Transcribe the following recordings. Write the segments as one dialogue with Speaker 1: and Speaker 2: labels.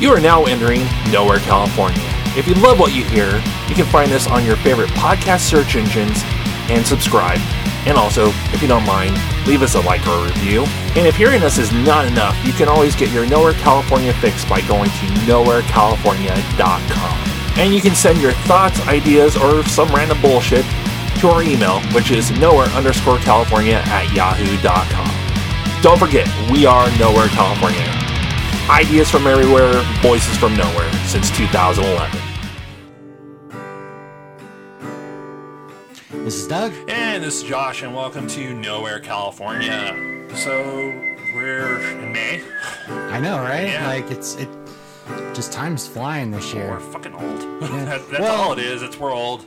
Speaker 1: You are now entering Nowhere, California. If you love what you hear, you can find us on your favorite podcast search engines and subscribe. And also, if you don't mind, leave us a like or a review. And if hearing us is not enough, you can always get your Nowhere California fix by going to nowherecalifornia.com. And you can send your thoughts, ideas, or some random bullshit to our email, which is nowhere underscore California at yahoo.com. Don't forget, we are Nowhere California. Ideas from everywhere, voices from nowhere since 2011.
Speaker 2: This is Doug.
Speaker 1: And this is Josh, and welcome to Nowhere, California. So we're in May.
Speaker 2: I know, right?
Speaker 1: Yeah.
Speaker 2: Like it's it just time's flying this
Speaker 1: We're
Speaker 2: year.
Speaker 1: fucking old. that, that's
Speaker 2: Well-
Speaker 1: all it is. It's we're old.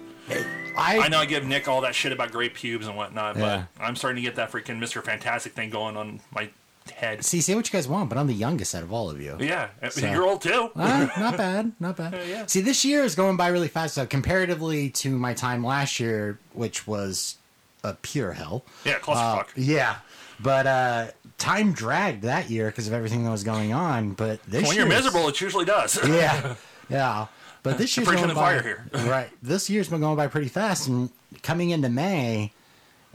Speaker 1: I
Speaker 2: I
Speaker 1: know I give Nick all that shit about great pubes and whatnot,
Speaker 2: Yeah.
Speaker 1: but I'm starting to get that freaking Mr. Fantastic thing going on my head.
Speaker 2: see say what you guys want, but I'm the youngest out of all of you.
Speaker 1: Yeah, eh,
Speaker 2: So-
Speaker 1: you're old too.
Speaker 2: Ah, not bad, not bad.
Speaker 1: yeah.
Speaker 2: See, this year is going by really fast. So comparatively to my time last year, which was a pure hell.
Speaker 1: yeah,
Speaker 2: Uh,
Speaker 1: clusterfuck.
Speaker 2: yeah, but uh, time dragged that year because of everthing that was going on. But this
Speaker 1: when you're
Speaker 2: year's-
Speaker 1: miserable, it usually does.
Speaker 2: yeah, yeah. But this year's
Speaker 1: preaching to
Speaker 2: going
Speaker 1: the
Speaker 2: by,
Speaker 1: choir here.
Speaker 2: right. This year's been going by pretty fast, and coming into May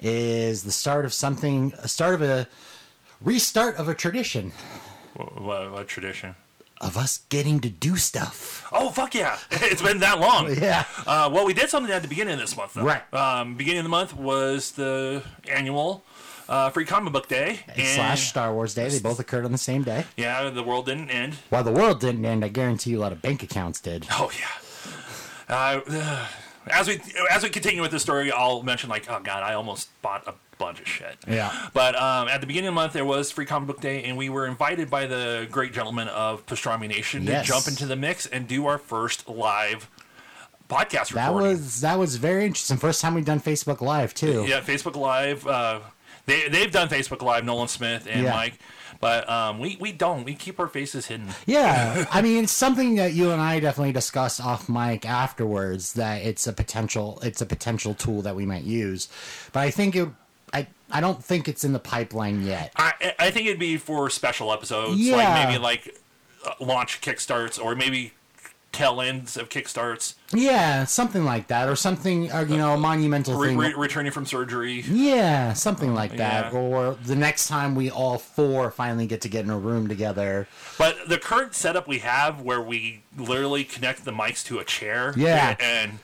Speaker 2: is the start of something, a start of a restart of a tradition
Speaker 1: What, what, what tradition?
Speaker 2: of us getting to do stuff.
Speaker 1: Oh fuck yeah! It's been that long.
Speaker 2: Yeah.
Speaker 1: Uh, well, we did something at the beginning of this month, though.
Speaker 2: Right.
Speaker 1: Um, beginning of the month was the annual uh, free comic book day. and-
Speaker 2: Slash Star Wars Day. They both occurred on the same day.
Speaker 1: Yeah, the world didn't end.
Speaker 2: While the world didn't end, I guarantee you a lot of bank accounts did.
Speaker 1: Oh yeah. Uh, as we as we continue with the story, I'll mention like, oh god, I almost bought a bunch of shit.
Speaker 2: Yeah.
Speaker 1: But um, at the beginning of the month, there was Free Comic Book Day, and we were invited by the great gentlemen of Pastrami Nation
Speaker 2: Yes.
Speaker 1: to jump into the mix and do our first live podcast
Speaker 2: That
Speaker 1: recording.
Speaker 2: was that was very interesting. First time we've done Facebook Live too.
Speaker 1: yeah, Facebook Live. Uh, they they've done Facebook Live, Nolan Smith and
Speaker 2: Yeah.
Speaker 1: Mike, but um, we we don't. We keep our faces hidden.
Speaker 2: Yeah, I mean, it's something that you and I definitely discussed off mic afterwards. That it's a potential, it's a potential tool that we might use, but I think it, I, I don't think it's in the pipeline yet.
Speaker 1: I, I think it'd be for special episodes,
Speaker 2: Yeah.
Speaker 1: like maybe like uh, launch kickstarts or maybe tail ends of kickstarts,
Speaker 2: Yeah, something like that, or something, or you know, a monumental
Speaker 1: re-
Speaker 2: thing.
Speaker 1: re- returning from surgery.
Speaker 2: yeah, something like that,
Speaker 1: Yeah.
Speaker 2: or the next time we all four finally get to get in a room together.
Speaker 1: But the current setup we have, where we literally connect the mics to a chair,
Speaker 2: Yeah.
Speaker 1: and, and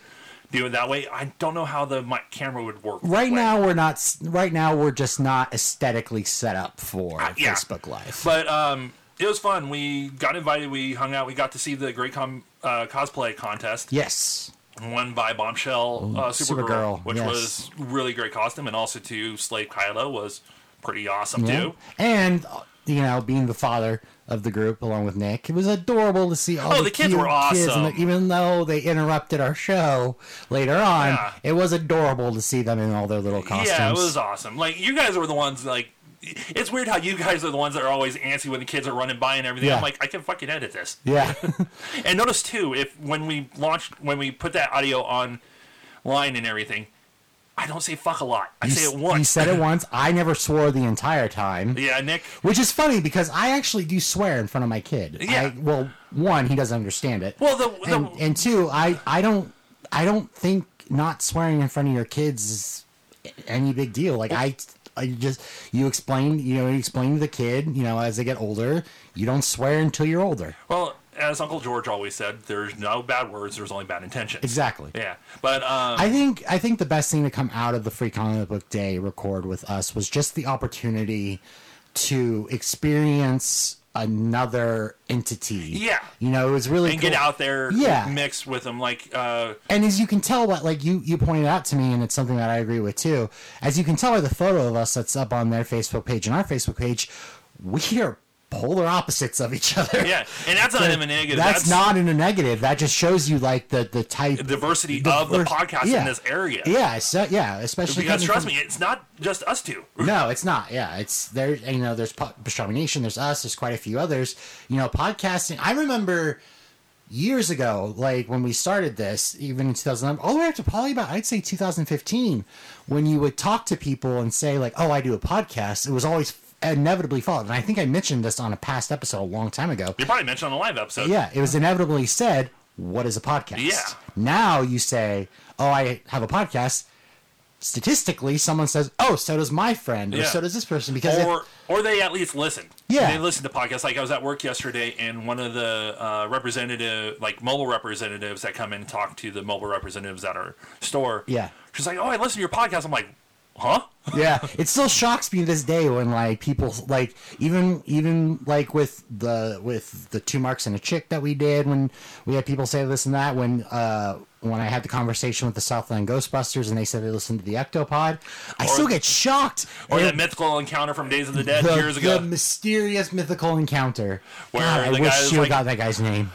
Speaker 1: do it that way, I don't know how the mic camera would work. that
Speaker 2: Right
Speaker 1: way.
Speaker 2: now, we're not. s- Right now, we're just not aesthetically set up for
Speaker 1: Uh, yeah.
Speaker 2: Facebook Live.
Speaker 1: But um, it was fun. We got invited. We hung out. We got to see the great com- uh, cosplay contest
Speaker 2: yes.
Speaker 1: won by Bombshell uh, Supergirl,
Speaker 2: Supergirl,
Speaker 1: which
Speaker 2: yes.
Speaker 1: was really great costume, and also to Slave Kylo was pretty awesome
Speaker 2: Yeah.
Speaker 1: too.
Speaker 2: And uh, you know, being the father of the group along with Nick, it was adorable to see all
Speaker 1: Oh,
Speaker 2: the,
Speaker 1: the kids
Speaker 2: cute
Speaker 1: were
Speaker 2: Kids and
Speaker 1: awesome.
Speaker 2: the, even though they interrupted our show later on,
Speaker 1: Yeah.
Speaker 2: it was adorable to see them in all their little costumes.
Speaker 1: Yeah, it was awesome. Like you guys were the ones like. It's weird how you guys are the ones that are always antsy when the kids are running by and everything.
Speaker 2: Yeah.
Speaker 1: I'm like, I can fucking edit this.
Speaker 2: Yeah.
Speaker 1: And notice too, if when we launched, when we put that audio online and everything, I don't say fuck a lot. I
Speaker 2: You
Speaker 1: say it
Speaker 2: s-
Speaker 1: once.
Speaker 2: You said it once. I never swore the entire time.
Speaker 1: Yeah, Nick.
Speaker 2: Which is funny because I actually do swear in front of my kid.
Speaker 1: Yeah.
Speaker 2: I, well, one, he doesn't understand it.
Speaker 1: Well, the, the
Speaker 2: and, and two, I, I don't I don't think not swearing in front of your kids is any big deal. Like I I just you explain you know you explain to the kid you know as they get older you don't swear until you're older.
Speaker 1: well, as Uncle George always said, there's no bad words. There's only bad intentions.
Speaker 2: Exactly.
Speaker 1: Yeah, but um,
Speaker 2: I think I think the best thing to come out of the Free Comic Book Day record with us was just the opportunity to experience another entity.
Speaker 1: Yeah.
Speaker 2: You know, it was really
Speaker 1: and get
Speaker 2: cool.
Speaker 1: out there,
Speaker 2: Yeah.
Speaker 1: mix with them. Like, uh,
Speaker 2: and as you can tell what like you you pointed out to me and it's something that i agree with too as you can tell by the photo of us that's up on their facebook page and our facebook page we are polar opposites of each other
Speaker 1: yeah, and that's not him and negative.
Speaker 2: that's, not in a negative that just shows you like the the type
Speaker 1: diversity of the
Speaker 2: vers-
Speaker 1: podcast
Speaker 2: yeah.
Speaker 1: in this area.
Speaker 2: yeah so yeah especially
Speaker 1: because
Speaker 2: coming
Speaker 1: trust
Speaker 2: from-
Speaker 1: me, it's not just us two.
Speaker 2: no, it's not. Yeah, it's there. You know, there's po- Pastrami Nation. There's us. There's quite a few others. You know, podcasting. I remember years ago, like when we started this, even in 2011, all the way up to probably about I'd say 2015, when you would talk to people and say like, "Oh, I do a podcast." It was always inevitably followed. And I think I mentioned this on a past episode a long time ago.
Speaker 1: You probably mentioned on the live episode.
Speaker 2: Yeah, it was inevitably said, What is a podcast?
Speaker 1: Yeah.
Speaker 2: Now you say, Oh, I have a podcast. Statistically, someone says, Oh, so does my friend, or
Speaker 1: Yeah.
Speaker 2: so does this person. Because if-
Speaker 1: Or, or they at least listen.
Speaker 2: Yeah.
Speaker 1: They listen to podcasts. Like I was at work yesterday, and one of the uh, representative, like mobile representatives that come in and talk to the mobile representatives at our store.
Speaker 2: Yeah.
Speaker 1: She's like, oh, I listen to your podcast. I'm like, huh?
Speaker 2: yeah it still shocks me to this day when like people like even even like with the with the two marks and a chick that we did when we had people say this and that when uh when I had the conversation with the Southland Ghostbusters and they said they listened to the Ectopod, I still get shocked.
Speaker 1: Or
Speaker 2: And
Speaker 1: that mythical encounter from Days of the Dead
Speaker 2: the,
Speaker 1: years ago.
Speaker 2: the mysterious mythical encounter.
Speaker 1: Where
Speaker 2: God, I
Speaker 1: the
Speaker 2: wish
Speaker 1: guy was
Speaker 2: you
Speaker 1: like-
Speaker 2: got that guy's name.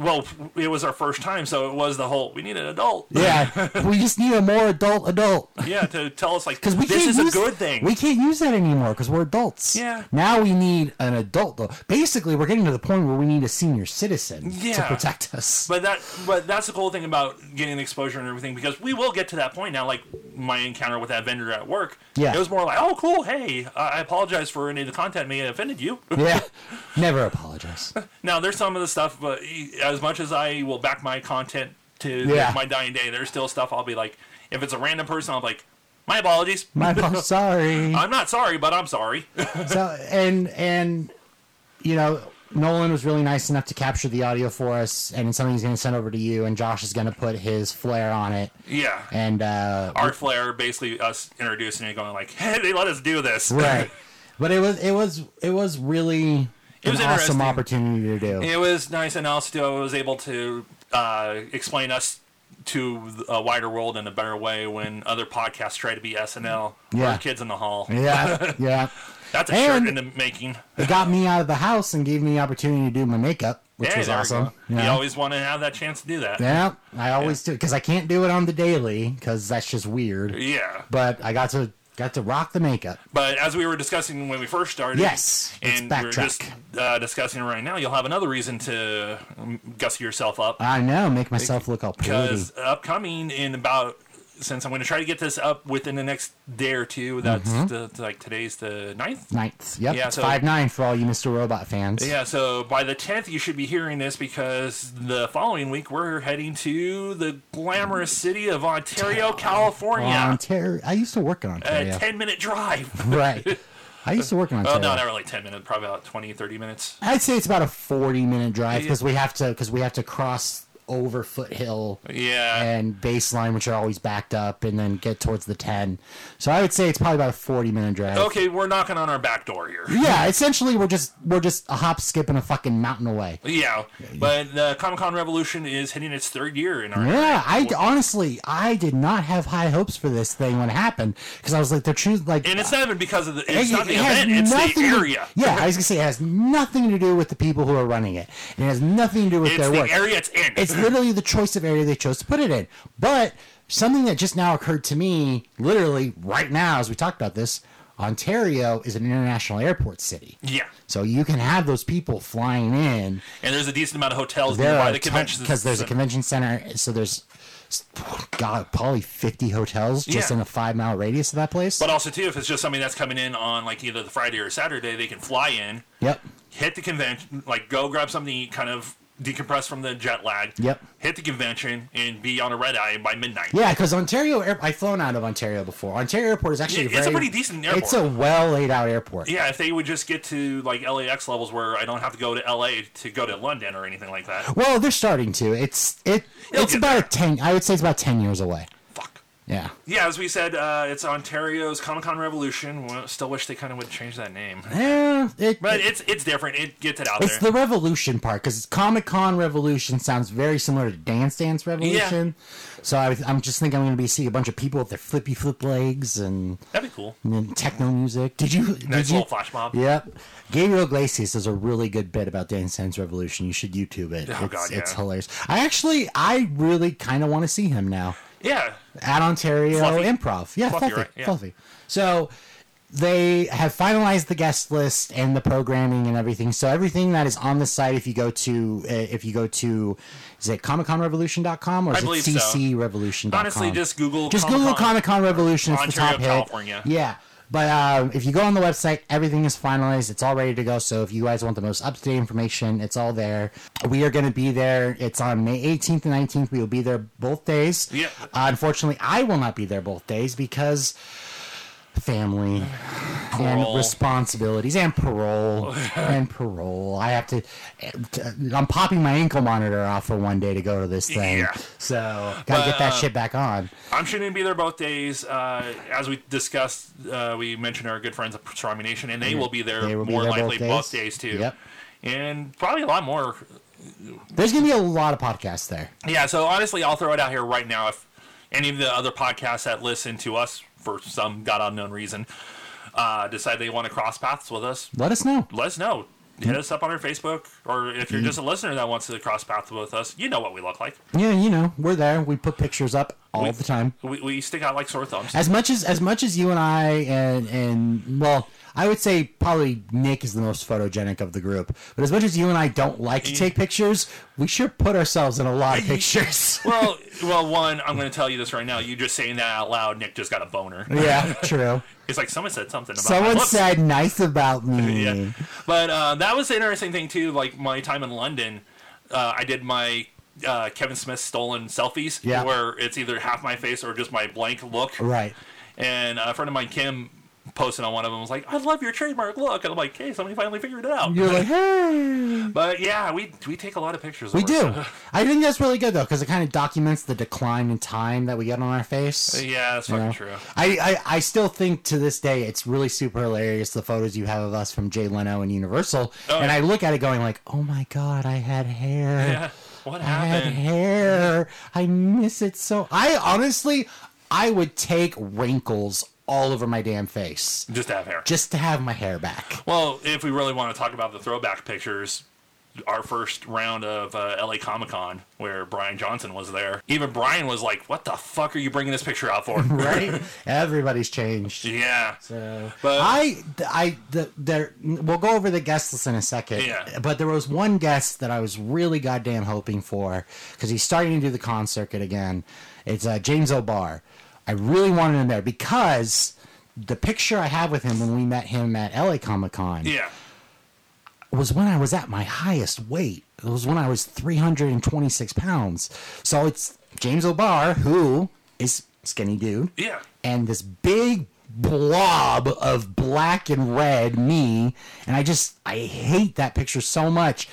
Speaker 1: well, it was our first time, so it was the whole we need an adult.
Speaker 2: Yeah, we just need a more adult adult.
Speaker 1: yeah, to tell us like
Speaker 2: Because we
Speaker 1: this
Speaker 2: can't
Speaker 1: is
Speaker 2: use,
Speaker 1: a good thing.
Speaker 2: We can't use that anymore because we're adults.
Speaker 1: Yeah.
Speaker 2: Now we need an adult though. Basically, we're getting to the point where we need a senior citizen to
Speaker 1: Yeah.
Speaker 2: protect us.
Speaker 1: but that but that's the cool thing about getting exposure and everything because we will get to that point now. Like my encounter with that vendor at work,
Speaker 2: Yeah.
Speaker 1: it was more like, oh, cool, hey, uh, I apologize for any of the content may have offended you.
Speaker 2: yeah. Never apologize.
Speaker 1: now there's some of the stuff, but as much as I will back my content to
Speaker 2: Yeah.
Speaker 1: my dying day, there's still stuff I'll be like, if it's a random person, I'll be like, my apologies.
Speaker 2: My apologies. Sorry.
Speaker 1: I'm not sorry, but I'm sorry.
Speaker 2: so and and you know Nolan was really nice enough to capture the audio for us, and it's something he's going to send over to you, and Josh is going to put his flair on it,
Speaker 1: yeah.
Speaker 2: and uh,
Speaker 1: Art Flair basically us introducing it, going like, "Hey, they let us do this."
Speaker 2: right. But it was it was it was really
Speaker 1: It was
Speaker 2: an
Speaker 1: interesting.
Speaker 2: awesome opportunity to do.
Speaker 1: It was nice, and also I was able to uh, explain us to a wider world in a better way when other podcasts try to be SNL
Speaker 2: Yeah.
Speaker 1: or Kids in the Hall.
Speaker 2: Yeah, yeah.
Speaker 1: That's a
Speaker 2: And-
Speaker 1: shirt in the making.
Speaker 2: It got me out of the house and gave me the opportunity to do my makeup, which
Speaker 1: Hey,
Speaker 2: was
Speaker 1: there we
Speaker 2: awesome.
Speaker 1: go. You
Speaker 2: Yeah.
Speaker 1: always want to have that chance to do that.
Speaker 2: yeah, I always do because I can't do it on the daily because that's just weird.
Speaker 1: Yeah.
Speaker 2: But I got to got to rock the makeup.
Speaker 1: But as we were discussing when we first started,
Speaker 2: Yes, let's
Speaker 1: and we're
Speaker 2: backtrack.
Speaker 1: just uh, discussing right now, you'll have another reason to um, gussy yourself up.
Speaker 2: I know, make myself look all pretty.
Speaker 1: because upcoming in about since I'm going to try to get this up within the next day or two. That's
Speaker 2: Mm-hmm.
Speaker 1: the, like today's the 9th.
Speaker 2: Ninth, yep,
Speaker 1: Yeah,
Speaker 2: it's
Speaker 1: so-
Speaker 2: five nine for all you Mr. Robot fans.
Speaker 1: Yeah, so by the 10th, you should be hearing this because the following week we're heading to the glamorous city of Ontario, California.
Speaker 2: Ontario, I used to work in
Speaker 1: A
Speaker 2: Ontario.
Speaker 1: 10 minute drive.
Speaker 2: right, I used to work in Ontario.
Speaker 1: Well, no, not really 10 minutes, probably about 20, 30 minutes.
Speaker 2: I'd say it's about a forty minute drive because we have to because we have to cross over foothill
Speaker 1: Yeah.
Speaker 2: and baseline, which are always backed up, and then get towards the 10. So I would say it's probably about a 40 minute drive.
Speaker 1: Okay, we're knocking on our back door here.
Speaker 2: Yeah, essentially we're just we're just a hop, skip, and a fucking mountain away.
Speaker 1: Yeah, but the Comic Con Revolution is hitting its third year in our
Speaker 2: Yeah, I honestly I did not have high hopes for this thing when it happened because I was like they're choosing like
Speaker 1: And it's not even because of the it's
Speaker 2: it-
Speaker 1: not the
Speaker 2: it has
Speaker 1: event, it's the
Speaker 2: nothing to-
Speaker 1: area.
Speaker 2: yeah, I was gonna say it has nothing to do with the people who are running it. It has nothing to do with
Speaker 1: It's
Speaker 2: their
Speaker 1: the
Speaker 2: work.
Speaker 1: area it's in.
Speaker 2: It's literally the choice of area they chose to put it in. But something that just now occurred to me, literally right now, as we talked about this, Ontario is an international airport city.
Speaker 1: yeah.
Speaker 2: So you can have those people flying in.
Speaker 1: And there's a decent amount of hotels
Speaker 2: There
Speaker 1: nearby
Speaker 2: are
Speaker 1: the convention
Speaker 2: because there's a convention center. So there's God, probably 50 hotels just
Speaker 1: Yeah.
Speaker 2: in a five mile radius of that place.
Speaker 1: But also too, if it's just somebody that's coming in on like either the Friday or Saturday, they can fly in,
Speaker 2: yep.
Speaker 1: hit the convention, like go grab something, to eat, kind of decompress from the jet lag.
Speaker 2: Yep.
Speaker 1: Hit the convention and be on a red eye by midnight.
Speaker 2: Yeah, because Ontario, air- I've flown out of Ontario before. Ontario Airport is actually
Speaker 1: Yeah, it's a
Speaker 2: very-
Speaker 1: pretty decent
Speaker 2: It's a well laid out airport.
Speaker 1: Yeah, if they would just get to like LAX levels where I don't have to go to LA to go to London or anything like that.
Speaker 2: Well, they're starting to. It's it.
Speaker 1: It'll
Speaker 2: it's
Speaker 1: get
Speaker 2: about a ten. I would say it's about ten years away.
Speaker 1: Fuck.
Speaker 2: Yeah.
Speaker 1: Yeah, as we said, uh, it's Ontario's Comic Con Revolution. Well, Still wish they kind of would change that name,
Speaker 2: Yeah. It,
Speaker 1: but it's it's different. It gets it out
Speaker 2: it's
Speaker 1: there.
Speaker 2: the revolution part because Comic Con Revolution sounds very similar to Dance Dance Revolution. So I, was- I'm just thinking I'm going to be seeing a bunch of people with their flippy flip legs and,
Speaker 1: That'd be cool.
Speaker 2: and techno music. Did you?
Speaker 1: Nice
Speaker 2: did you?
Speaker 1: little flash mob.
Speaker 2: Yep. Gabriel Iglesias does a really good bit about Dance Dance Revolution. You should YouTube it. it's,
Speaker 1: Oh, God,
Speaker 2: it's
Speaker 1: yeah.
Speaker 2: hilarious. I actually, I really kind of want to see him now.
Speaker 1: Yeah,
Speaker 2: at Ontario
Speaker 1: Fluffy.
Speaker 2: Improv. Yeah,
Speaker 1: Fluffy,
Speaker 2: fluffy,
Speaker 1: right, yeah.
Speaker 2: fluffy. So they have finalized the guest list and the programming and everything. So everything that is on the site, if you go to, uh, if you go to, is it comicconrevolution.com or is it
Speaker 1: believe so.
Speaker 2: ccrevolution.com?
Speaker 1: honestly, just Google.
Speaker 2: Just
Speaker 1: Comic-Con.
Speaker 2: Google Comic Con Revolution. It's the
Speaker 1: Ontario,
Speaker 2: top hit.
Speaker 1: California.
Speaker 2: Yeah. But um, if you go on the website, everything is finalized. It's all ready to go. So if you guys want the most up to date information, it's all there. We are going to be there. It's on May 18th and 19th. We will be there both days.
Speaker 1: Yeah.
Speaker 2: Uh, unfortunately, I will not be there both days because family and
Speaker 1: Parole.
Speaker 2: responsibilities and parole and parole. I have to. uh, I'm popping my ankle monitor off for one day to go to this thing.
Speaker 1: Yeah.
Speaker 2: So gotta get that shit back on.
Speaker 1: I'm sure going to be there both days. Uh, as we discussed, uh, we mentioned our good friends at Pastrami Nation, and they will be there
Speaker 2: Mm-hmm. They will be
Speaker 1: more
Speaker 2: there both
Speaker 1: likely both days.
Speaker 2: days.
Speaker 1: too.
Speaker 2: Yep.
Speaker 1: And probably a lot more.
Speaker 2: There's gonna be a lot of podcasts there.
Speaker 1: Yeah, so honestly, I'll throw it out here right now. If any of the other podcasts that listen to us for some god unknown reason uh, decide they want to cross paths with us,
Speaker 2: Let us know.
Speaker 1: let us know.
Speaker 2: Mm-hmm.
Speaker 1: Hit us up on our Facebook, or if you're just a listener that wants to cross paths with us, you know what we look like.
Speaker 2: Yeah, you know, we're there. We put pictures up all the time.
Speaker 1: We, we stick out like sore thumbs.
Speaker 2: As much as as much as you and I and and well, I would say probably Nick is the most photogenic of the group. But as much as you and I don't like to take pictures, we sure put ourselves in a lot of pictures.
Speaker 1: well, well, one, I'm going to tell you this right now. You just saying that out loud, Nick just got a boner.
Speaker 2: yeah, true.
Speaker 1: It's like someone said something about my
Speaker 2: Someone
Speaker 1: lips.
Speaker 2: said nice about me.
Speaker 1: Yeah, but uh, that was the interesting thing too. Like my time in London, uh, I did my uh, Kevin Smith stolen selfies,
Speaker 2: Yeah.
Speaker 1: where it's either half my face or just my blank look.
Speaker 2: Right.
Speaker 1: And a friend of mine, Kim, posted on one of them was like, "I love your trademark look," and I'm like, "Hey, somebody finally figured it out."
Speaker 2: You're like, hey.
Speaker 1: But yeah, we we take a lot of pictures.
Speaker 2: We do. I think that's really good though, because it kind of documents the decline in time that we get on our face.
Speaker 1: Yeah, that's fucking
Speaker 2: know?
Speaker 1: true.
Speaker 2: I, I, I still think to this day it's really super hilarious the photos you have of us from Jay Leno and Universal,
Speaker 1: Oh,
Speaker 2: and
Speaker 1: yeah.
Speaker 2: I look at it going like, oh my god, I had hair,
Speaker 1: Yeah. What
Speaker 2: I had
Speaker 1: happened?
Speaker 2: hair, I miss it so. I honestly, I would take wrinkles all over my damn face
Speaker 1: Just to have hair.
Speaker 2: just to have my hair back.
Speaker 1: Well, if we really want to talk about the throwback pictures, our first round of uh, LA Comic Con where Brian Johnson was there, even Brian was like, "What the fuck are you bringing this picture out for?"
Speaker 2: Right? Everybody's changed.
Speaker 1: yeah.
Speaker 2: So
Speaker 1: But-
Speaker 2: I, I, the, there. We'll go over the guest list in a second.
Speaker 1: Yeah.
Speaker 2: But there was one guest that I was really goddamn hoping for because he's starting to do the con circuit again. It's uh, James O'Barr. I really wanted him there because the picture I have with him when we met him at LA Comic Con
Speaker 1: Yeah.
Speaker 2: was when I was at my highest weight. It was when I was 326 pounds. So it's James O'Barr who is skinny dude
Speaker 1: Yeah.
Speaker 2: and this big blob of black and red me and i just i hate that picture so much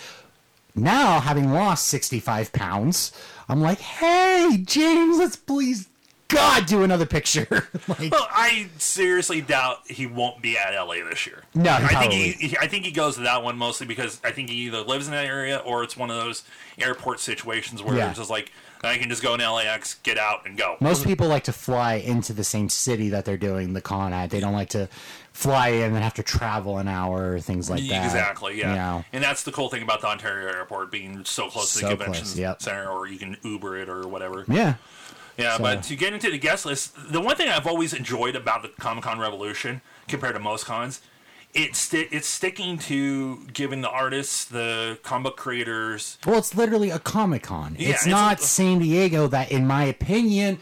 Speaker 2: now having lost 65 pounds i'm like hey james let's please god do another picture like
Speaker 1: Well, I seriously doubt he won't be at LA this year.
Speaker 2: No, he
Speaker 1: I think
Speaker 2: probably-
Speaker 1: he, he- I think he goes to that one mostly because I think he either lives in that area or it's one of those airport situations where
Speaker 2: Yeah.
Speaker 1: it's just like I can just go in LAX, get out, and go.
Speaker 2: most people like to fly into the same city that they're doing the con at they don't like to fly in and have to travel an hour or things like that
Speaker 1: Exactly. Yeah.
Speaker 2: you know?
Speaker 1: And that's the cool thing about the Ontario airport being so close to the
Speaker 2: So
Speaker 1: convention
Speaker 2: close, yep.
Speaker 1: center, or you can Uber it or whatever.
Speaker 2: yeah
Speaker 1: Yeah. But to get into the guest list, the one thing I've always enjoyed about the Comic Con Revolution compared to most cons, it's sti- it's sticking to giving the artists, the comic book creators.
Speaker 2: Well, it's literally a Comic Con. it's,
Speaker 1: it's-
Speaker 2: not San Diego that, in my opinion,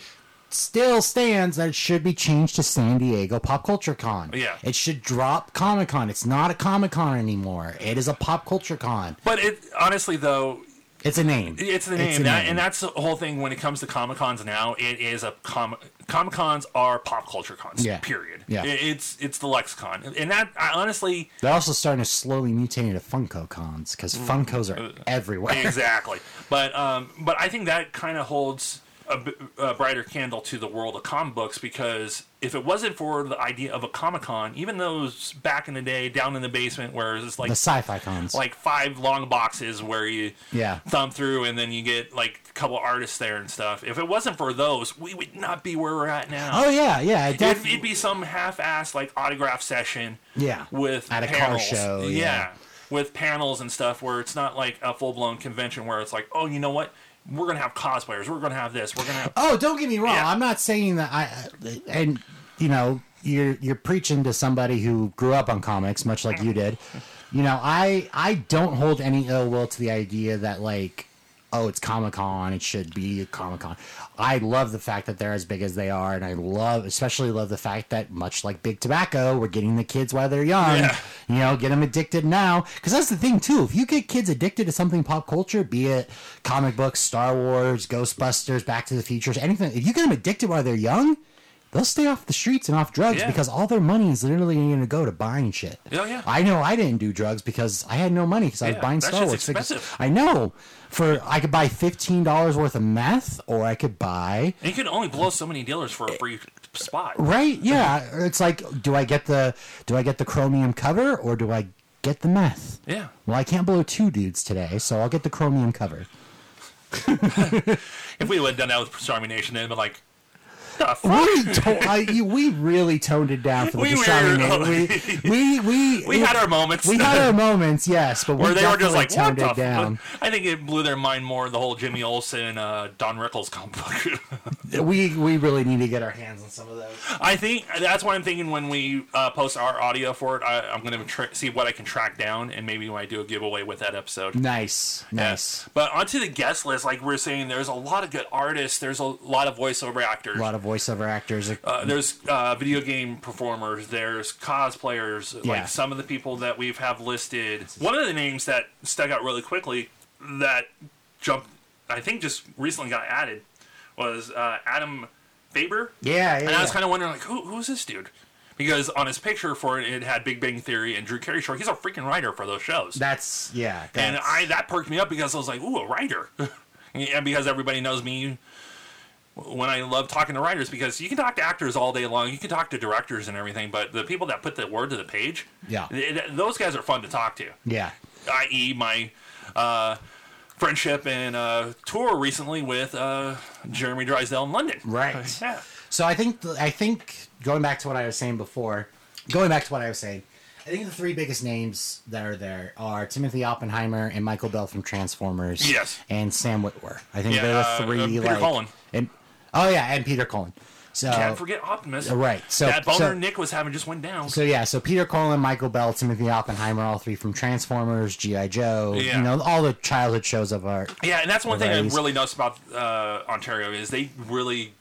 Speaker 2: still stands that it should be changed to San Diego Pop Culture Con.
Speaker 1: Yeah.
Speaker 2: It should drop Comic Con. It's not a Comic Con anymore. It is a Pop Culture Con.
Speaker 1: But it honestly though,
Speaker 2: It's a name.
Speaker 1: It's the name, that, and that's the whole thing when it comes to Comic Cons. Now it is a com- Comic Cons are pop culture cons.
Speaker 2: Yeah.
Speaker 1: Period.
Speaker 2: Yeah.
Speaker 1: It- it's it's the lexicon, and that I honestly
Speaker 2: They're also starting to slowly mutate into Funko Cons because Funkos
Speaker 1: Mm.
Speaker 2: are everywhere.
Speaker 1: exactly. But um, but I think that kind of holds a, b- a brighter candle to the world of comic books because if it wasn't for the idea of a Comic Con, even those back in the day down in the basement where it's like
Speaker 2: The sci-fi cons.
Speaker 1: like five long boxes where you
Speaker 2: Yeah.
Speaker 1: thumb through and then you get like a couple artists there and stuff. If it wasn't for those, we would not be where we're at now.
Speaker 2: oh yeah, yeah, it
Speaker 1: it'd,
Speaker 2: def-
Speaker 1: it'd be some half-assed like autograph session.
Speaker 2: Yeah.
Speaker 1: with
Speaker 2: At a car
Speaker 1: panels.
Speaker 2: show,
Speaker 1: Yeah.
Speaker 2: yeah.
Speaker 1: with panels and stuff where it's not like a full-blown convention where it's like, oh, you know what? We're gonna have cosplayers. We're gonna have this. We're gonna have.
Speaker 2: Oh, don't get me wrong.
Speaker 1: Yeah.
Speaker 2: I'm not saying that I and you know, you're you're preaching to somebody who grew up on comics much like you did. You know, I I don't hold any ill will to the idea that like oh, it's Comic Con, it should be Comic Con. I love the fact that they're as big as they are, and I love, especially love the fact that much like Big Tobacco, we're getting the kids while they're young.
Speaker 1: Yeah.
Speaker 2: You know, get them addicted now, because that's the thing too. If you get kids addicted to something pop culture, be it comic books, Star Wars, Ghostbusters, Back to the Futures, anything, if you get them addicted while they're young. They'll stay off the streets and off drugs
Speaker 1: Yeah.
Speaker 2: because all their money is literally going to go to buying shit.
Speaker 1: Oh, yeah.
Speaker 2: I know I didn't do drugs because I had no money because I was
Speaker 1: Yeah,
Speaker 2: buying
Speaker 1: that
Speaker 2: Star
Speaker 1: shit's
Speaker 2: Wars figures.
Speaker 1: expensive.
Speaker 2: I know. For I could buy fifteen dollars worth of meth, or I could buy
Speaker 1: And you can only blow so many dealers for a free spot.
Speaker 2: right. Yeah, it's like, do I get the do I get the chromium cover or do I get the meth?
Speaker 1: Yeah.
Speaker 2: Well, I can't blow two dudes today, so I'll get the chromium cover.
Speaker 1: If we would have done that with Stormy Nation, they'd have been like, the fuck?
Speaker 2: We to- I, you- we really toned it down for the
Speaker 1: We were-
Speaker 2: Disarming Nation. We we we,
Speaker 1: We had our moments.
Speaker 2: we had our moments, yes, but we
Speaker 1: Where they were just
Speaker 2: definitely
Speaker 1: like, what
Speaker 2: toned
Speaker 1: the
Speaker 2: it down.
Speaker 1: fuck? I think it blew their mind more the whole Jimmy Olsen, uh, Don Rickles comic book.
Speaker 2: We we really need to get our hands on some of those.
Speaker 1: I think that's what I'm thinking when we uh, post our audio for it. I, I'm going to tr see what I can track down, and maybe when I do a giveaway with that episode.
Speaker 2: Nice, nice.
Speaker 1: But onto the guest list, like we are saying, there's a lot of good artists. There's a lot of voiceover actors.
Speaker 2: A lot of voiceover actors. Are,
Speaker 1: Uh, there's uh, video game performers. There's cosplayers.
Speaker 2: Yeah.
Speaker 1: Like some of the people that we've have listed. One of the names that stuck out really quickly that jumped, I think, just recently got added was uh, Adam Faber.
Speaker 2: yeah, yeah.
Speaker 1: And I was
Speaker 2: yeah.
Speaker 1: kind of wondering, like, who who's this dude? Because on his picture for it, it had Big Bang Theory and Drew Carey Show. He's a freaking writer for those shows.
Speaker 2: That's yeah. That's,
Speaker 1: and I that perked me up because I was like, ooh, a writer. and because everybody knows me when I love talking to writers because you can talk to actors all day long, you can talk to directors and everything, but the people that put the word to the page,
Speaker 2: Yeah.
Speaker 1: th- th- those guys are fun to talk to
Speaker 2: yeah.
Speaker 1: i.e., my uh, friendship and uh, tour recently with uh, Jeremy Drysdale in London.
Speaker 2: Right.
Speaker 1: Yeah.
Speaker 2: So I think th- I think going back to what I was saying before, going back to what I was saying, I think the three biggest names that are there are Timothy Oppenheimer and Michael Bell from Transformers.
Speaker 1: Yes.
Speaker 2: And Sam Witwer. I think
Speaker 1: Yeah, uh,
Speaker 2: they're the three.
Speaker 1: uh, Peter
Speaker 2: like,
Speaker 1: Cullen.
Speaker 2: And oh yeah, and Peter Cullen. So
Speaker 1: Can't forget Optimus.
Speaker 2: Oh. right. So-
Speaker 1: that boner
Speaker 2: so-
Speaker 1: Nick was having just went down.
Speaker 2: So yeah, so Peter Cullen, Michael Bell, Timothy Oppenheimer, all three from Transformers, GI Joe,
Speaker 1: Yeah.
Speaker 2: you know, all the childhood shows of our
Speaker 1: yeah, and that's one thing I
Speaker 2: Right.
Speaker 1: really noticed about uh, Ontario is they really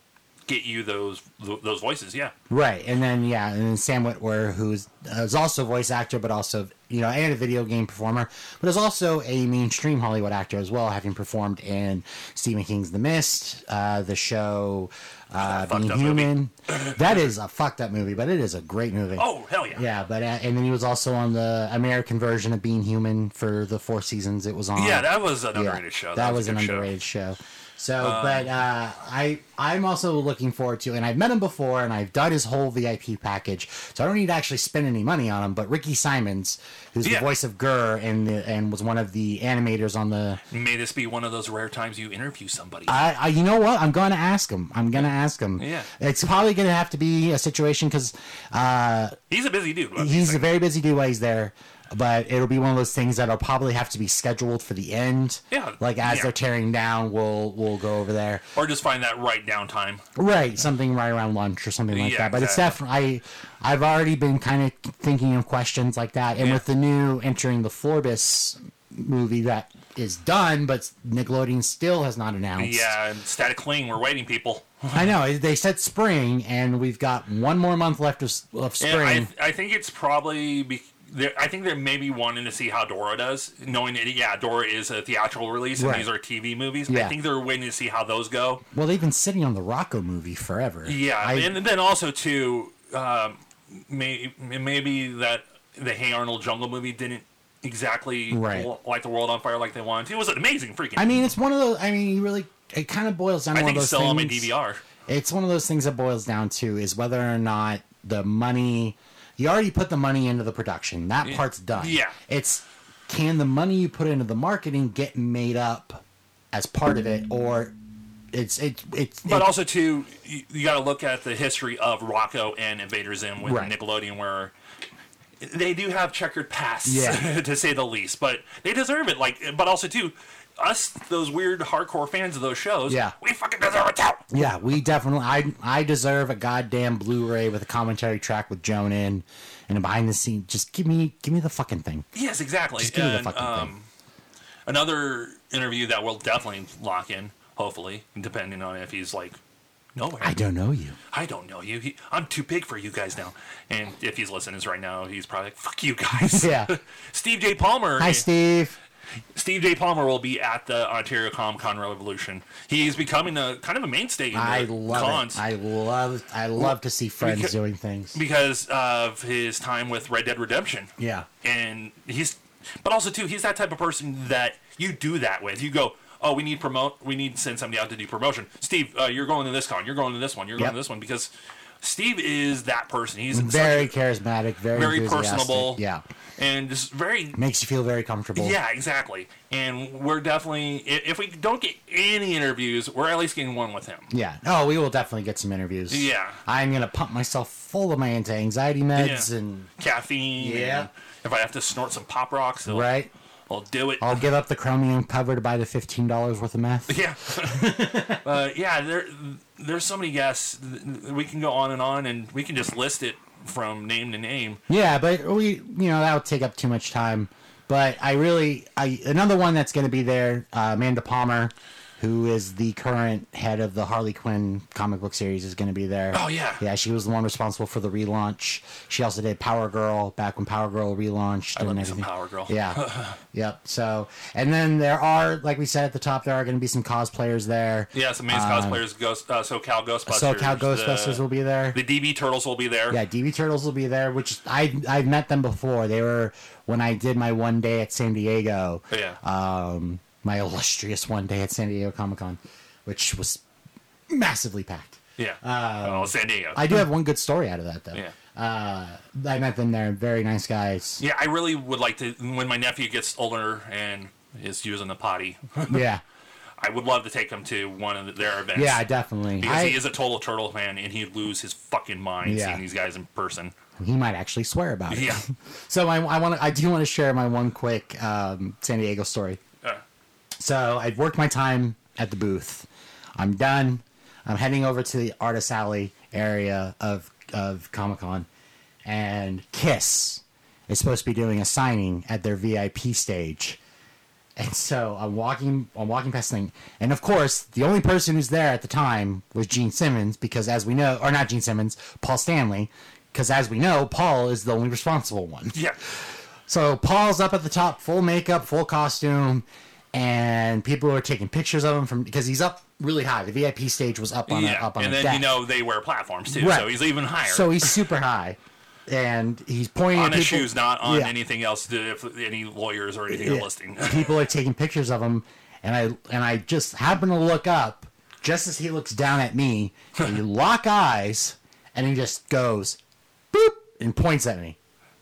Speaker 1: get you those th- those voices. Yeah.
Speaker 2: Right, and then yeah, and then Sam Witwer, who's uh, is also a voice actor, but also you know, and a video game performer, but is also a mainstream Hollywood actor as well, having performed in Stephen King's *The Mist*, uh, the show uh,
Speaker 1: fucked
Speaker 2: *Being
Speaker 1: up movie.
Speaker 2: Human*. that is a fucked up movie, but it is a great movie.
Speaker 1: Oh hell yeah.
Speaker 2: Yeah, but uh, and then he was also on the American version of *Being Human* for the four seasons it was on.
Speaker 1: Yeah, that was an
Speaker 2: Yeah,
Speaker 1: underrated show.
Speaker 2: That, was,
Speaker 1: a
Speaker 2: an
Speaker 1: good show. Um,
Speaker 2: underrated show. So, but uh, I I'm also looking forward to, and I've met him before, and I've done his whole VIP package, so I don't need to actually spend any money on him. But Ricky Simons, who's
Speaker 1: Yeah.
Speaker 2: the voice of Gurr and the, and was one of the animators on the,
Speaker 1: May this be one of those rare times you interview somebody.
Speaker 2: I, I you know what? I'm gonna ask him. I'm gonna ask him.
Speaker 1: Yeah.
Speaker 2: it's probably gonna have to be a situation because uh,
Speaker 1: he's a busy dude. but-
Speaker 2: he's a very busy dude while he's there. But it'll be one of those things that'll probably have to be scheduled for the end.
Speaker 1: Yeah,
Speaker 2: Like as
Speaker 1: yeah.
Speaker 2: they're tearing down, we'll we'll go over there.
Speaker 1: or just find that right downtime.
Speaker 2: Right, something right around lunch or something like
Speaker 1: Yeah,
Speaker 2: that. But
Speaker 1: exactly.
Speaker 2: it's definitely I I've already been kind of thinking of questions like that. And
Speaker 1: Yeah.
Speaker 2: with the new entering the Forbes movie that is done, but Nickelodeon still has not announced.
Speaker 1: Yeah, and static cling. We're waiting, people.
Speaker 2: I know they said spring, and we've got one more month left of, s- of spring.
Speaker 1: Yeah, I, I think it's probably. Be, there, I think they're maybe wanting to see how Dora does, knowing that yeah, Dora is a theatrical release and
Speaker 2: Right.
Speaker 1: these are TV movies. I
Speaker 2: Yeah.
Speaker 1: think they're waiting to see how those go.
Speaker 2: well, they've been sitting on the Rocco movie forever.
Speaker 1: Yeah,
Speaker 2: I-
Speaker 1: and then also too, um, may, maybe that the Hey Arnold Jungle movie didn't exactly
Speaker 2: Right.
Speaker 1: l- light the world on fire like they wanted to. It was an amazing freaking.
Speaker 2: I mean, it's one of those. I mean, you really. It kind of boils down. to
Speaker 1: I
Speaker 2: one
Speaker 1: think
Speaker 2: of
Speaker 1: it's
Speaker 2: those
Speaker 1: still
Speaker 2: things.
Speaker 1: on my DVR.
Speaker 2: It's one of those things that boils down to is whether or not the money you already put the money into the production. That part's done.
Speaker 1: Yeah.
Speaker 2: It's can the money you put into the marketing get made up as part of it or it's it's it's
Speaker 1: But
Speaker 2: it-
Speaker 1: also too, you, you got to look at the history of Rocco and Invader Zim with
Speaker 2: Right.
Speaker 1: Nickelodeon, where they do have checkered pasts,
Speaker 2: Yeah.
Speaker 1: to say the least. But they deserve it. Like, but also too, us those weird hardcore fans of those shows,
Speaker 2: Yeah.
Speaker 1: we fucking deserve it too.
Speaker 2: yeah, we definitely I I deserve a goddamn Blu-ray with a commentary track with Joan in and a behind the scenes. Just give me give me the fucking thing.
Speaker 1: Yes, exactly.
Speaker 2: Just give me the
Speaker 1: And,
Speaker 2: fucking thing.
Speaker 1: um, Another interview that we'll definitely lock in, hopefully, depending on if he's like, nowhere.
Speaker 2: I don't know you.
Speaker 1: I don't know you. He, I'm too big for you guys now. And if he's listening to this right now, he's probably like, fuck you guys.
Speaker 2: Yeah.
Speaker 1: Steve J. Palmer.
Speaker 2: Hi, Steve.
Speaker 1: Steve J. Palmer will be at the Ontario Comic Con Revolution. He's becoming a kind of a mainstay in the
Speaker 2: I love
Speaker 1: cons
Speaker 2: it. I love. I love to see friends
Speaker 1: because-
Speaker 2: doing things.
Speaker 1: because of his time with Red Dead Redemption.
Speaker 2: Yeah.
Speaker 1: and he's but also too he's that type of person that you do that with you go oh we need promote we need to send somebody out to do promotion steve uh, you're going to this con you're going to this one you're
Speaker 2: Yep.
Speaker 1: going to this one because steve is that person he's
Speaker 2: Very charismatic.
Speaker 1: such-
Speaker 2: Very
Speaker 1: very
Speaker 2: enthusiastic.
Speaker 1: personable
Speaker 2: Yeah.
Speaker 1: and just very
Speaker 2: Makes you feel very comfortable.
Speaker 1: yeah exactly and we're definitely i- if we don't get any interviews we're at least getting one with him
Speaker 2: Yeah. Oh, we will definitely get some interviews.
Speaker 1: Yeah.
Speaker 2: I'm gonna pump myself full of my anti-anxiety meds
Speaker 1: Yeah.
Speaker 2: and
Speaker 1: caffeine
Speaker 2: Yeah.
Speaker 1: and if i have to snort some pop rocks i'll,
Speaker 2: right.
Speaker 1: I'll do it
Speaker 2: I'll give up the chromium cover to buy the fifteen dollars worth of meth.
Speaker 1: Yeah, uh, yeah. There, there's so many guests. We can go on and on, and we can just list it from name to name.
Speaker 2: Yeah, but we, you know, that would take up too much time. But I really, I another one that's going to be there, uh, Amanda Palmer, who is the current head of the Harley Quinn comic book series, is going to be there.
Speaker 1: Oh, yeah.
Speaker 2: yeah. She was the one responsible for the relaunch. She also did Power Girl back when Power Girl relaunched.
Speaker 1: love
Speaker 2: and
Speaker 1: me some
Speaker 2: everything.
Speaker 1: Power Girl.
Speaker 2: Yeah, yep. So, and then there are, like we said at the top, there are going to be some cosplayers there.
Speaker 1: Yeah, some amazing cosplayers. Ghost, uh, SoCal Ghostbusters.
Speaker 2: So Cow Ghostbusters
Speaker 1: the,
Speaker 2: will be there.
Speaker 1: The DB Turtles will be there.
Speaker 2: Yeah, DB Turtles will be there, which I I've met them before. They were when I did my one day at San Diego,
Speaker 1: yeah.
Speaker 2: um, my illustrious one day at San Diego Comic Con, which was massively packed.
Speaker 1: yeah. oh, San Diego.
Speaker 2: um, I do have one good story out of that though.
Speaker 1: Yeah.
Speaker 2: Uh, I met them there, very nice guys.
Speaker 1: yeah, I really would like to. When my nephew gets older and is using the potty,
Speaker 2: Yeah,
Speaker 1: I would love to take him to one of their events.
Speaker 2: yeah, definitely.
Speaker 1: because
Speaker 2: I-
Speaker 1: he is a total turtle fan, and he'd lose his fucking mind
Speaker 2: Yeah.
Speaker 1: seeing these guys in person.
Speaker 2: he might actually swear about it.
Speaker 1: Yeah.
Speaker 2: So I, I want to I do want to share my one quick um, San Diego story.
Speaker 1: Uh,
Speaker 2: So I've worked my time at the booth. I'm done. I'm heading over to the artist alley area of of Comic Con, and Kiss is supposed to be doing a signing at their VIP stage. And so I'm walking, I'm walking past the thing, and of course, the only person who's there at the time was Gene Simmons because, as we know, or not Gene Simmons, Paul Stanley, because as we know, Paul is the only responsible one.
Speaker 1: yeah.
Speaker 2: So Paul's up at the top, full makeup, full costume, and people are taking pictures of him from because he's up really high. The VIP stage was up on a,
Speaker 1: Yeah,
Speaker 2: up on
Speaker 1: and
Speaker 2: a
Speaker 1: then
Speaker 2: deck.
Speaker 1: you know they wear platforms too,
Speaker 2: Right.
Speaker 1: so he's even higher.
Speaker 2: so he's super high, and he's pointing
Speaker 1: on
Speaker 2: at
Speaker 1: his
Speaker 2: people.
Speaker 1: shoes, not on
Speaker 2: Yeah.
Speaker 1: anything else. To, if any lawyers or anything are listening,
Speaker 2: people are taking pictures of him, and I and I just happen to look up just as he looks down at me. and we lock eyes, and he just goes boop and points at me.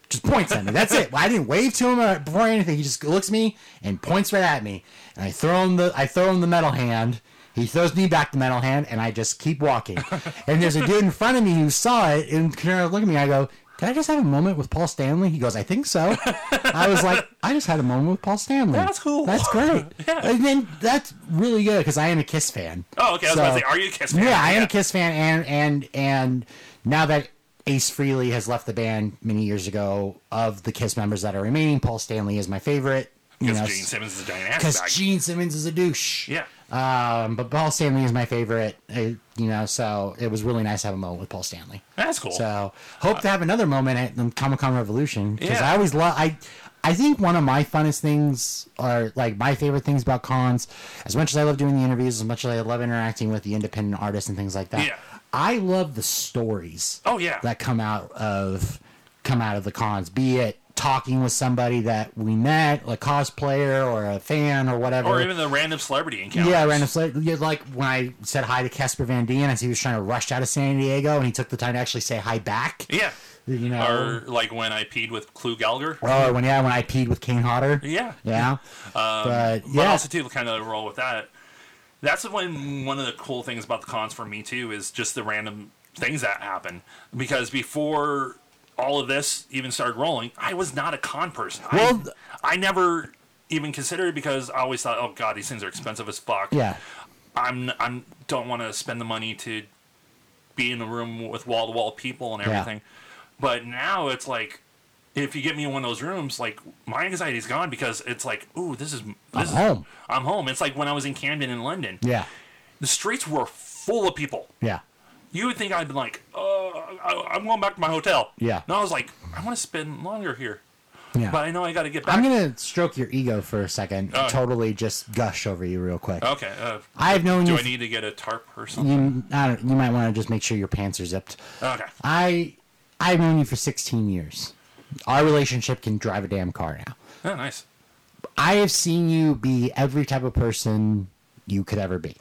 Speaker 2: Just points at me. That's it. I didn't wave to him or before anything. He just looks at me and points right at me. And I throw him the I throw him the metal hand. He throws me back the metal hand, and I just keep walking. and there's a dude in front of me who saw it and kind of look at me. I go, "Did I just have a moment with Paul Stanley?" He goes, "I think so." I was like, "I just had a moment with Paul Stanley."
Speaker 1: That's cool.
Speaker 2: That's great. And then that's really good because I am a Kiss fan.
Speaker 1: Oh, okay, I was about to say, are you a Kiss fan?
Speaker 2: Yeah, I am
Speaker 1: Yeah.
Speaker 2: a Kiss fan, and and and now that Ace Frehley has left the band many years ago, of the Kiss members that are remaining, Paul Stanley is my favorite. You
Speaker 1: because
Speaker 2: know,
Speaker 1: Gene Simmons is a giant ass
Speaker 2: because
Speaker 1: bag.
Speaker 2: Gene Simmons is a douche.
Speaker 1: yeah,
Speaker 2: Um, but Paul Stanley is my favorite. uh, you know, so it was really nice to have a moment with Paul Stanley.
Speaker 1: that's cool.
Speaker 2: So hope to have another moment at the Comic Con Revolution because
Speaker 1: Yeah.
Speaker 2: I always love I. I think one of my funnest things, or like my favorite things about cons, as much as I love doing the interviews, as much as I love interacting with the independent artists and things like that,
Speaker 1: Yeah.
Speaker 2: I love the stories
Speaker 1: oh yeah,
Speaker 2: that come out of come out of the cons. Be it talking with somebody that we met, a cosplayer or a fan or whatever,
Speaker 1: or even the random celebrity encounter.
Speaker 2: uh, yeah, random slate. Yeah, like when I said hi to Casper Van Dien as he was trying to rush out of San Diego, and he took the time to actually say hi back.
Speaker 1: Yeah,
Speaker 2: You know,
Speaker 1: or like when I peed with Clue Gallagher.
Speaker 2: or when yeah, when I peed with Kane Hodder.
Speaker 1: Yeah, Um,
Speaker 2: yeah. but
Speaker 1: But
Speaker 2: yeah,
Speaker 1: also too, kind of roll with that. That's when one of the cool things about the cons for me too is just the random things that happen. Because before all of this even started rolling, I was not a con person.
Speaker 2: Well,
Speaker 1: I, I never even considered it because I always thought, oh god, these things are expensive as fuck.
Speaker 2: yeah,
Speaker 1: I'm I'm don't want to spend the money to be in a room with wall to wall people and
Speaker 2: Yeah.
Speaker 1: everything. But now it's like if you get me in one of those rooms, like my anxiety is gone because it's like, ooh, this is this
Speaker 2: I'm
Speaker 1: is
Speaker 2: home.
Speaker 1: I'm home. It's like when I was in Camden in London.
Speaker 2: Yeah.
Speaker 1: The streets were full of people.
Speaker 2: Yeah.
Speaker 1: You would think I'd been like, uh, I, I'm going back to my hotel.
Speaker 2: Yeah.
Speaker 1: And I was like, I want to spend longer here,
Speaker 2: Yeah.
Speaker 1: but I know I got to get back.
Speaker 2: I'm gonna stroke your ego for a second.
Speaker 1: Oh.
Speaker 2: Totally, just gush over you real quick.
Speaker 1: okay. Uh,
Speaker 2: I've known
Speaker 1: do
Speaker 2: you.
Speaker 1: I need to get a tarp or something?
Speaker 2: you, I don't, you might want to just make sure your pants are zipped.
Speaker 1: Okay.
Speaker 2: I I've known you for 16 years. Our relationship can drive a damn car now.
Speaker 1: Oh, nice.
Speaker 2: I have seen you be every type of person you could ever be.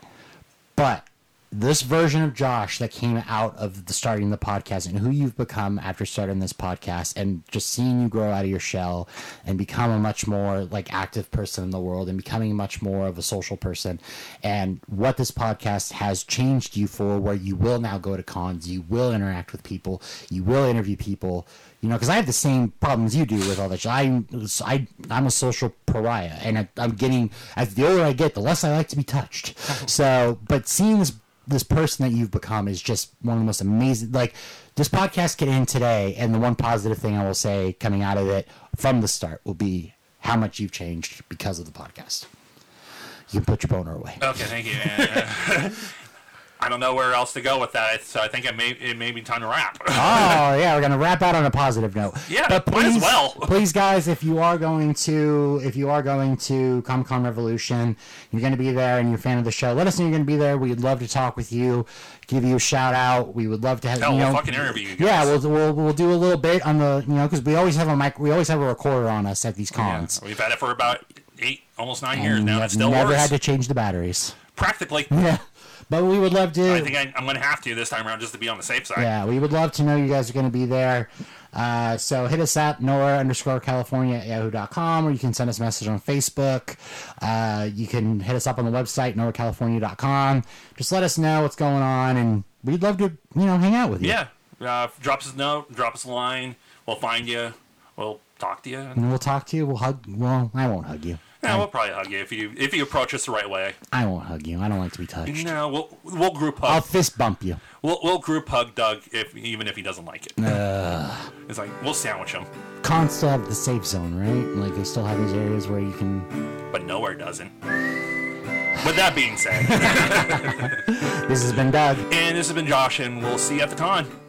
Speaker 2: But this version of Josh that came out of the starting the podcast and who you've become after starting this podcast and just seeing you grow out of your shell and become a much more like active person in the world and becoming much more of a social person and what this podcast has changed you for where you will now go to cons you will interact with people you will interview people you know because i have the same problems you do with all that shit. I'm, I, I'm a social pariah and I, i'm getting as the older i get the less i like to be touched so but seeing this this person that you've become is just one of the most amazing like this podcast can end today and the one positive thing i will say coming out of it from the start will be how much you've changed because of the podcast you can put your boner away
Speaker 1: Okay, thank you. Uh, I don't know where else to go with that, so I think it may it may be time to wrap.
Speaker 2: oh yeah, we're gonna wrap out on a positive note.
Speaker 1: Yeah, might as well.
Speaker 2: please, guys, if you are going to if you are going to Comic Con Revolution, you're gonna be there, and you're a fan of the show. Let us know you're gonna be there. We'd love to talk with you, give you a shout out. We would love to have
Speaker 1: Hell,
Speaker 2: you
Speaker 1: we'll
Speaker 2: know,
Speaker 1: fucking interview you
Speaker 2: Yeah,
Speaker 1: guys.
Speaker 2: we'll, we'll we'll do a little bit on the you know because we always have a mic, we always have a recorder on us at these
Speaker 1: Yeah,
Speaker 2: cons.
Speaker 1: we've had it for about eight, almost nine years
Speaker 2: And
Speaker 1: now.
Speaker 2: we
Speaker 1: and It
Speaker 2: have
Speaker 1: still
Speaker 2: never
Speaker 1: works
Speaker 2: had to change the batteries.
Speaker 1: practically.
Speaker 2: Yeah, but we would love to.
Speaker 1: I think I, I'm going to have to this time around just to be on the safe side.
Speaker 2: Yeah, we would love to know you guys are going to be there. Uh, so hit us up, Nora underscore California at yahoo.com, or you can send us a message on Facebook. Uh, you can hit us up on the website, noracalifornia.com. Just let us know what's going on, and we'd love to, you know, hang out with you.
Speaker 1: Yeah. Uh, drop us a note. Drop us a line. We'll find you. We'll talk to you.
Speaker 2: And we'll talk to you. We'll hug. Well, I won't hug you.
Speaker 1: Yeah, we'll probably hug you if you if you approach us the right way.
Speaker 2: I won't hug you. I don't like to be touched.
Speaker 1: No, we'll we'll group
Speaker 2: I'll
Speaker 1: hug.
Speaker 2: fist bump you.
Speaker 1: We'll, we'll group hug Doug if even if he doesn't like it. it's like we'll sandwich him,
Speaker 2: Cons still have the safe zone, right? Like they still have these areas where you can
Speaker 1: but nowhere doesn't. With that being said,
Speaker 2: This has been Doug.
Speaker 1: and this has been Josh, and we'll see you at the con.